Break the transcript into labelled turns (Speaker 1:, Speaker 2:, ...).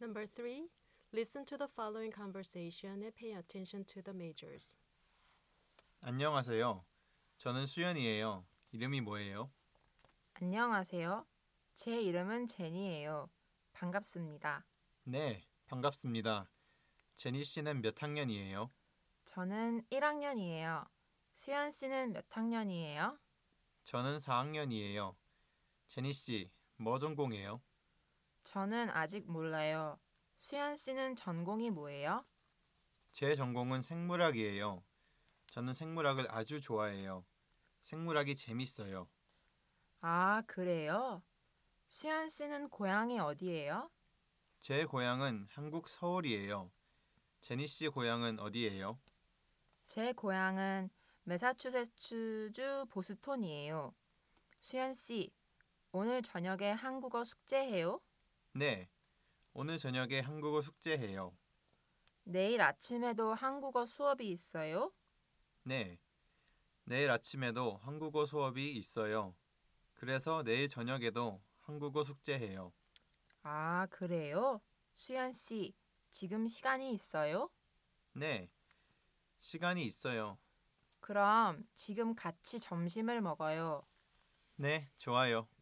Speaker 1: Number three, listen to the following conversation and pay attention to the majors.
Speaker 2: 안녕하세요. 저는 수연이에요. 이름이 뭐예요?
Speaker 3: 안녕하세요. 제 이름은 제니예요. 반갑습니다.
Speaker 2: 네, 반갑습니다. 제니 씨는 몇 학년이에요?
Speaker 3: 저는 1학년이에요. 수연 씨는 몇 학년이에요?
Speaker 2: 저는 4학년이에요. 제니 씨, 뭐 전공해요?
Speaker 3: 저는 아직 몰라요. 수연 씨는 전공이 뭐예요?
Speaker 2: 제 전공은 생물학이에요. 저는 생물학을 아주 좋아해요. 생물학이 재밌어요.
Speaker 3: 아, 그래요? 수연 씨는 고향이 어디예요?
Speaker 2: 제 고향은 한국 서울이에요. 제니 씨 고향은 어디예요?
Speaker 3: 제 고향은 매사추세츠주 보스톤이에요. 수연 씨, 오늘 저녁에 한국어 숙제해요?
Speaker 2: 네. 오늘 저녁에 한국어 숙제해요.
Speaker 3: 내일 아침에도 한국어 수업이 있어요?
Speaker 2: 네. 내일 아침에도 한국어 수업이 있어요. 그래서 내일 저녁에도 한국어 숙제해요.
Speaker 3: 아, 그래요? 수연 씨, 지금 시간이 있어요?
Speaker 2: 네. 시간이 있어요.
Speaker 3: 그럼 지금 같이 점심을 먹어요.
Speaker 2: 네, 좋아요.